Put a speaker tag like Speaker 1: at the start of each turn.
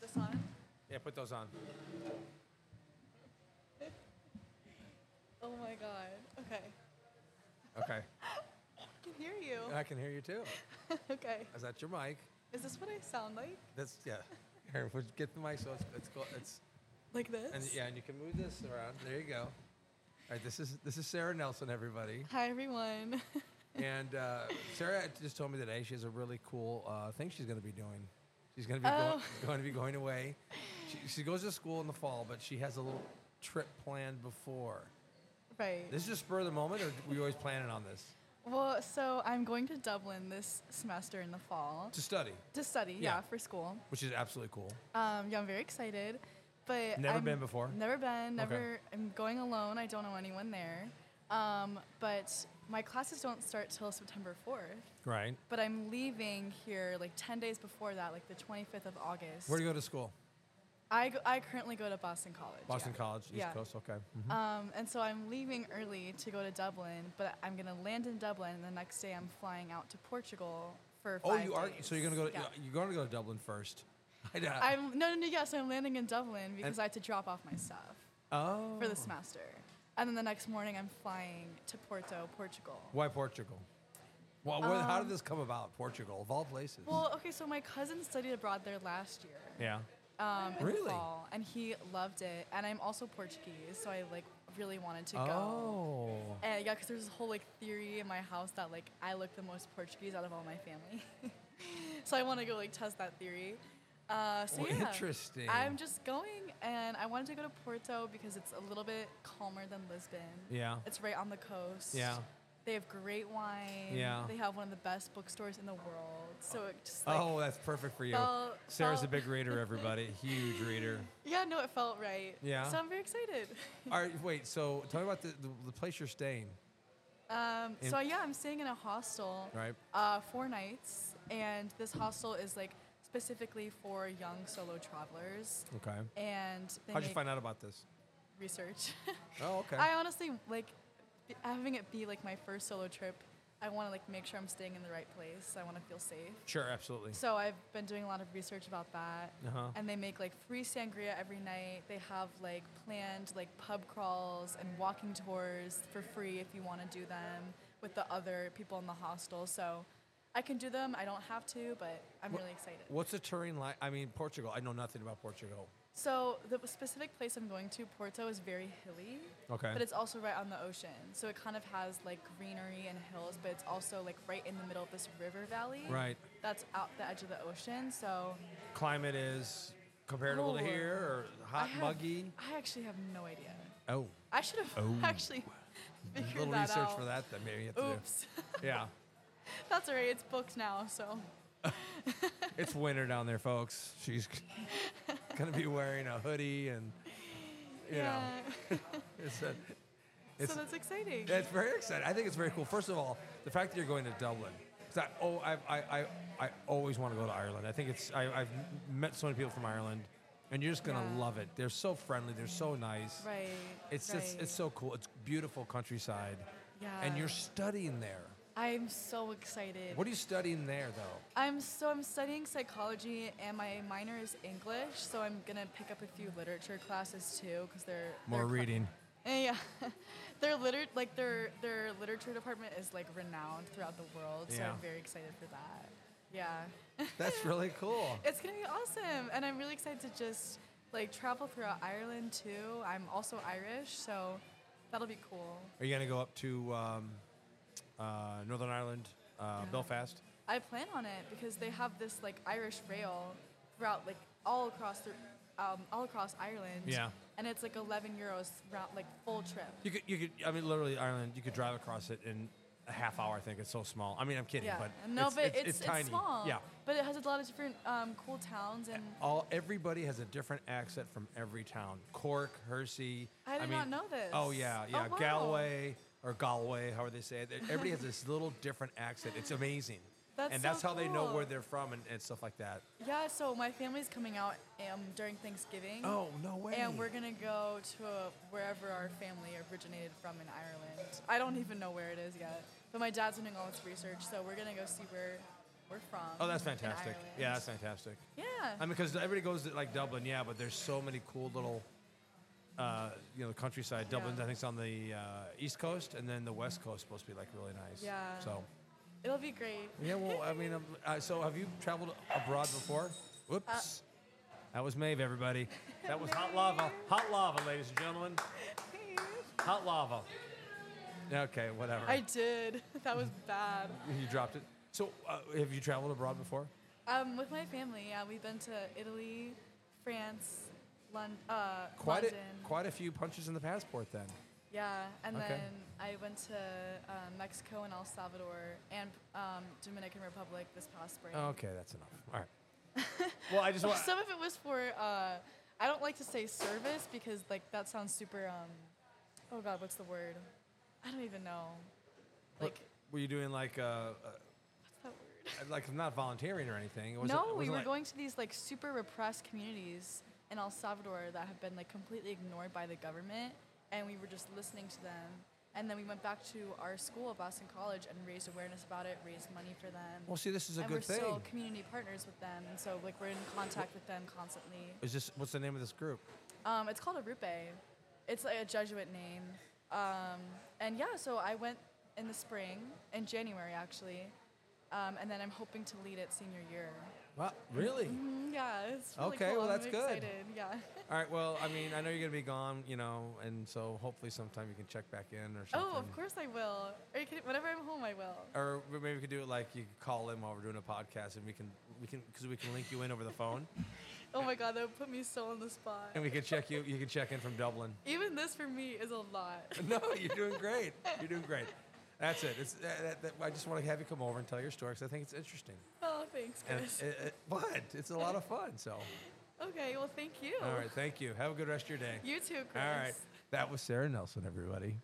Speaker 1: those on?
Speaker 2: Yeah, put those on.
Speaker 1: Oh my god. Okay.
Speaker 2: Okay.
Speaker 1: I can hear you.
Speaker 2: I can hear you too.
Speaker 1: okay.
Speaker 2: Is that your mic?
Speaker 1: Is this what I sound like?
Speaker 2: That's yeah. Here, we'll get the mic so it's it's cool. It's
Speaker 1: Like this?
Speaker 2: and yeah, and you can move this around. There you go. All right, this is this is Sarah Nelson, everybody.
Speaker 1: Hi everyone.
Speaker 2: And uh, Sarah just told me today she has a really cool uh, thing she's going to be doing. She's going to be
Speaker 1: Oh.
Speaker 2: going, going to be going away. She, she goes to school in the fall, but she has a little trip planned before.
Speaker 1: right.
Speaker 2: This is just spur of the moment, or were you always planning on this
Speaker 1: well, so I'm going to Dublin this semester in the fall
Speaker 2: to study,
Speaker 1: to study, yeah,
Speaker 2: Yeah.
Speaker 1: for school.
Speaker 2: which is absolutely cool.
Speaker 1: Um, yeah, I'm very excited. But
Speaker 2: Never
Speaker 1: I'm-
Speaker 2: been before?
Speaker 1: Never been. Never. I'm going alone. I don't know anyone there. Um, but my classes don't start till September 4th.
Speaker 2: Right.
Speaker 1: But I'm leaving here like 10 days before that, like the 25th of August.
Speaker 2: Where do you go to school?
Speaker 1: I, go, I currently go to Boston College.
Speaker 2: Boston
Speaker 1: yeah.
Speaker 2: College, East
Speaker 1: Yeah.
Speaker 2: Coast. Okay. Mm-hmm.
Speaker 1: Um, and so I'm leaving early to go to Dublin, but I'm going to land in Dublin, and the next day I'm flying out to Portugal for
Speaker 2: Oh,
Speaker 1: five
Speaker 2: you are.
Speaker 1: days.
Speaker 2: So you're gonna go. To,
Speaker 1: Yeah.
Speaker 2: You're gonna go to Dublin first. I know.
Speaker 1: I'm, no, no, no, yes, I'm landing in Dublin because I have to drop off my stuff
Speaker 2: oh.
Speaker 1: for the semester. And then the next morning I'm flying to Porto, Portugal.
Speaker 2: Why Portugal? Well, where, how did this come about? Portugal, of all places.
Speaker 1: Um, Well, okay, so my cousin studied abroad there last year.
Speaker 2: yeah.
Speaker 1: um, in
Speaker 2: Really?
Speaker 1: the fall, and he loved it. And I'm also Portuguese, so I like really wanted to go.
Speaker 2: Oh.
Speaker 1: And yeah, because there's this whole like theory in my house that like I look the most Portuguese out of all my family, so I want to go like test that theory. Uh, so
Speaker 2: Well,
Speaker 1: yeah,
Speaker 2: interesting.
Speaker 1: I'm just going, and I wanted to go to Porto because it's a little bit calmer than Lisbon.
Speaker 2: Yeah.
Speaker 1: it's right on the coast.
Speaker 2: Yeah.
Speaker 1: They have great wine.
Speaker 2: Yeah.
Speaker 1: They have one of the best bookstores in the world. So it just like
Speaker 2: Oh, that's perfect for you.
Speaker 1: Well,
Speaker 2: Sarah's a
Speaker 1: well-
Speaker 2: big reader, everybody. Huge reader.
Speaker 1: yeah, no, it felt right.
Speaker 2: Yeah.
Speaker 1: So I'm very excited.
Speaker 2: All right, wait. So tell me about the, the, the place you're staying.
Speaker 1: Um, so
Speaker 2: And-
Speaker 1: yeah, I'm staying in a hostel,
Speaker 2: Right.
Speaker 1: Uh, four nights, and this hostel is like specifically for young solo travelers.
Speaker 2: Okay.
Speaker 1: And they
Speaker 2: How'd
Speaker 1: make
Speaker 2: you find out about this?
Speaker 1: research.
Speaker 2: Oh, okay.
Speaker 1: I honestly like b- having it be like my first solo trip. I want to like make sure I'm staying in the right place. I want to feel safe.
Speaker 2: sure, absolutely.
Speaker 1: So I've been doing a lot of research about that.
Speaker 2: Uh-huh.
Speaker 1: And they make like free sangria every night. They have like planned like pub crawls and walking tours for free if you want to do them with the other people in the hostel. So I can do them. I don't have to, but I'm really excited.
Speaker 2: What's the terrain like? I mean, Portugal. I know nothing about Portugal.
Speaker 1: So the specific place I'm going to, Porto, is very hilly.
Speaker 2: Okay.
Speaker 1: But it's also right on the ocean. So it kind of has like greenery and hills, but it's also like right in the middle of this river valley.
Speaker 2: Right.
Speaker 1: That's out the edge of the ocean. So
Speaker 2: Climate is comparable to
Speaker 1: Oh.
Speaker 2: here, or
Speaker 1: I
Speaker 2: hot,
Speaker 1: have-
Speaker 2: muggy.
Speaker 1: I actually have no idea.
Speaker 2: Oh,
Speaker 1: I should have
Speaker 2: Oh.
Speaker 1: actually
Speaker 2: a
Speaker 1: figured
Speaker 2: little
Speaker 1: that
Speaker 2: research
Speaker 1: out.
Speaker 2: for that. Then maybe you have to
Speaker 1: Oops,
Speaker 2: do. Yeah,
Speaker 1: that's alright. It's booked now, so
Speaker 2: it's winter down there, folks. She's gonna be wearing a hoodie and you
Speaker 1: yeah.
Speaker 2: know, it's a, it's
Speaker 1: so that's exciting.
Speaker 2: That's very exciting. I think it's very cool. First of all, the fact that you're going to Dublin. 'Cause I, oh, I, I, I, I always want to go to Ireland. I think it's. I, I've met so many people from Ireland, and you're just gonna
Speaker 1: Yeah.
Speaker 2: love it. They're so friendly. They're so nice.
Speaker 1: right.
Speaker 2: It's
Speaker 1: right.
Speaker 2: just. It's so cool. It's beautiful countryside,
Speaker 1: Yeah.
Speaker 2: and you're studying there.
Speaker 1: I'm so excited.
Speaker 2: What are you studying there, though?
Speaker 1: I'm so I'm studying psychology, and my minor is English. So I'm gonna pick up a few literature classes too, because they're they're cla- Eh, yeah, their liter like their their literature department is like renowned throughout the world. So
Speaker 2: Yeah.
Speaker 1: I'm very excited for that. Yeah.
Speaker 2: That's really cool.
Speaker 1: It's gonna be awesome, and I'm really excited to just like travel throughout Ireland too. I'm also Irish, so that'll be cool.
Speaker 2: Are you gonna go up to um, uh, Northern Ireland, uh, Belfast?
Speaker 1: I plan on it because they have this like Irish rail route, like all across the, um, all across Ireland.
Speaker 2: Yeah.
Speaker 1: And it's like 11 euros route, like full trip.
Speaker 2: You could, you could. I mean, literally, Ireland. You could drive across it in a half hour. I think it's so small. I mean, I'm kidding,
Speaker 1: Yeah.
Speaker 2: but
Speaker 1: no, but it's, it's,
Speaker 2: tiny.
Speaker 1: small.
Speaker 2: Yeah.
Speaker 1: But it has a lot of different um, cool towns and.
Speaker 2: All everybody has a different accent from every town. Cork, Hersey.
Speaker 1: I did
Speaker 2: mean,
Speaker 1: not know this.
Speaker 2: Oh yeah,
Speaker 1: Oh,
Speaker 2: yeah.
Speaker 1: wow.
Speaker 2: Galway or Galway, however they say it. Everybody has this little different accent. It's amazing.
Speaker 1: That's
Speaker 2: and
Speaker 1: so
Speaker 2: that's how they know
Speaker 1: cool.
Speaker 2: where they're from and, and stuff like that.
Speaker 1: Yeah, so my family's coming out um, during Thanksgiving.
Speaker 2: Oh, no way.
Speaker 1: And we're gonna go to uh wherever our family originated from in Ireland. I don't even know where it is yet, but my dad's been doing all this research, so we're gonna go see where we're from.
Speaker 2: Oh, that's
Speaker 1: in
Speaker 2: fantastic.
Speaker 1: Ireland.
Speaker 2: Yeah, that's fantastic.
Speaker 1: Yeah.
Speaker 2: I mean, because everybody goes to like Dublin, yeah, but there's so many cool little, uh, you know, the countryside.
Speaker 1: Yeah.
Speaker 2: Dublin, I think's on the uh, east coast, and then the west coast is supposed to be like really nice.
Speaker 1: Yeah.
Speaker 2: So.
Speaker 1: It'll be great.
Speaker 2: Yeah, well, I mean, um, uh, so have you traveled abroad before?
Speaker 1: Uh,
Speaker 2: Whoops. that was Maeve, everybody. That was hot lava. Hot lava, ladies and gentlemen. Hot lava. Okay, whatever.
Speaker 1: I did. That was bad.
Speaker 2: you dropped it. So, uh, have you traveled abroad before?
Speaker 1: Um, with my family, yeah, we've been to Italy, France, Lon- uh,
Speaker 2: Quite a,
Speaker 1: London.
Speaker 2: quite a few punches in the passport then.
Speaker 1: yeah, and
Speaker 2: Okay.
Speaker 1: then I went to uh, Mexico and El Salvador and um, Dominican Republic this past spring.
Speaker 2: Okay, that's enough. All right. well, I just want.
Speaker 1: Some of it was for uh, I don't like to say service because like that sounds super. Um, oh God, what's the word? I don't even know.
Speaker 2: What-
Speaker 1: Like
Speaker 2: were you doing like, uh, uh,
Speaker 1: what's that word?
Speaker 2: like not volunteering or anything? It wasn't-
Speaker 1: no,
Speaker 2: it
Speaker 1: we
Speaker 2: wasn't
Speaker 1: were
Speaker 2: like-
Speaker 1: going to these like super repressed communities in El Salvador that have been like completely ignored by the government, and we were just listening to them. And then we went back to our school, Boston College, and raised awareness about it, raised money for them.
Speaker 2: Well, see, this is a
Speaker 1: and
Speaker 2: good
Speaker 1: we're
Speaker 2: thing.
Speaker 1: still community partners with them, and so like we're in contact with them constantly.
Speaker 2: is this what's the name of this group?
Speaker 1: Um, it's called a Rupe. It's like a Jesuit name. Um, and yeah, so I went in the spring, in January actually, um, and then I'm hoping to lead it senior year.
Speaker 2: Wow, really?
Speaker 1: Mm, yeah, it's really
Speaker 2: Okay,
Speaker 1: cool.
Speaker 2: well,
Speaker 1: I'm
Speaker 2: that's good.
Speaker 1: excited. Yeah.
Speaker 2: All right. Well, I mean, I know you're gonna be gone, you know, and so hopefully sometime you can check back in or something.
Speaker 1: oh, of course I will. Are you kidding? Whenever I'm home, I will.
Speaker 2: Or we- maybe we could do it like you could call in while we're doing a podcast, and we can we can because we can link you in over the phone,
Speaker 1: Oh my God, that would put me so on the spot.
Speaker 2: and we can check you. You can check in from Dublin.
Speaker 1: Even this for me is a lot.
Speaker 2: No, you're doing great. You're doing great. That's it. It's that, that, that, I just want to have you come over and tell your story because I think it's interesting.
Speaker 1: Oh, thanks,
Speaker 2: And
Speaker 1: Chris.
Speaker 2: it, it, but it's a lot of fun. So,
Speaker 1: Okay, well, thank you.
Speaker 2: all right. Thank you. Have a good rest of your day.
Speaker 1: You too, Chris.
Speaker 2: All right. That was Sarah Nelson, everybody.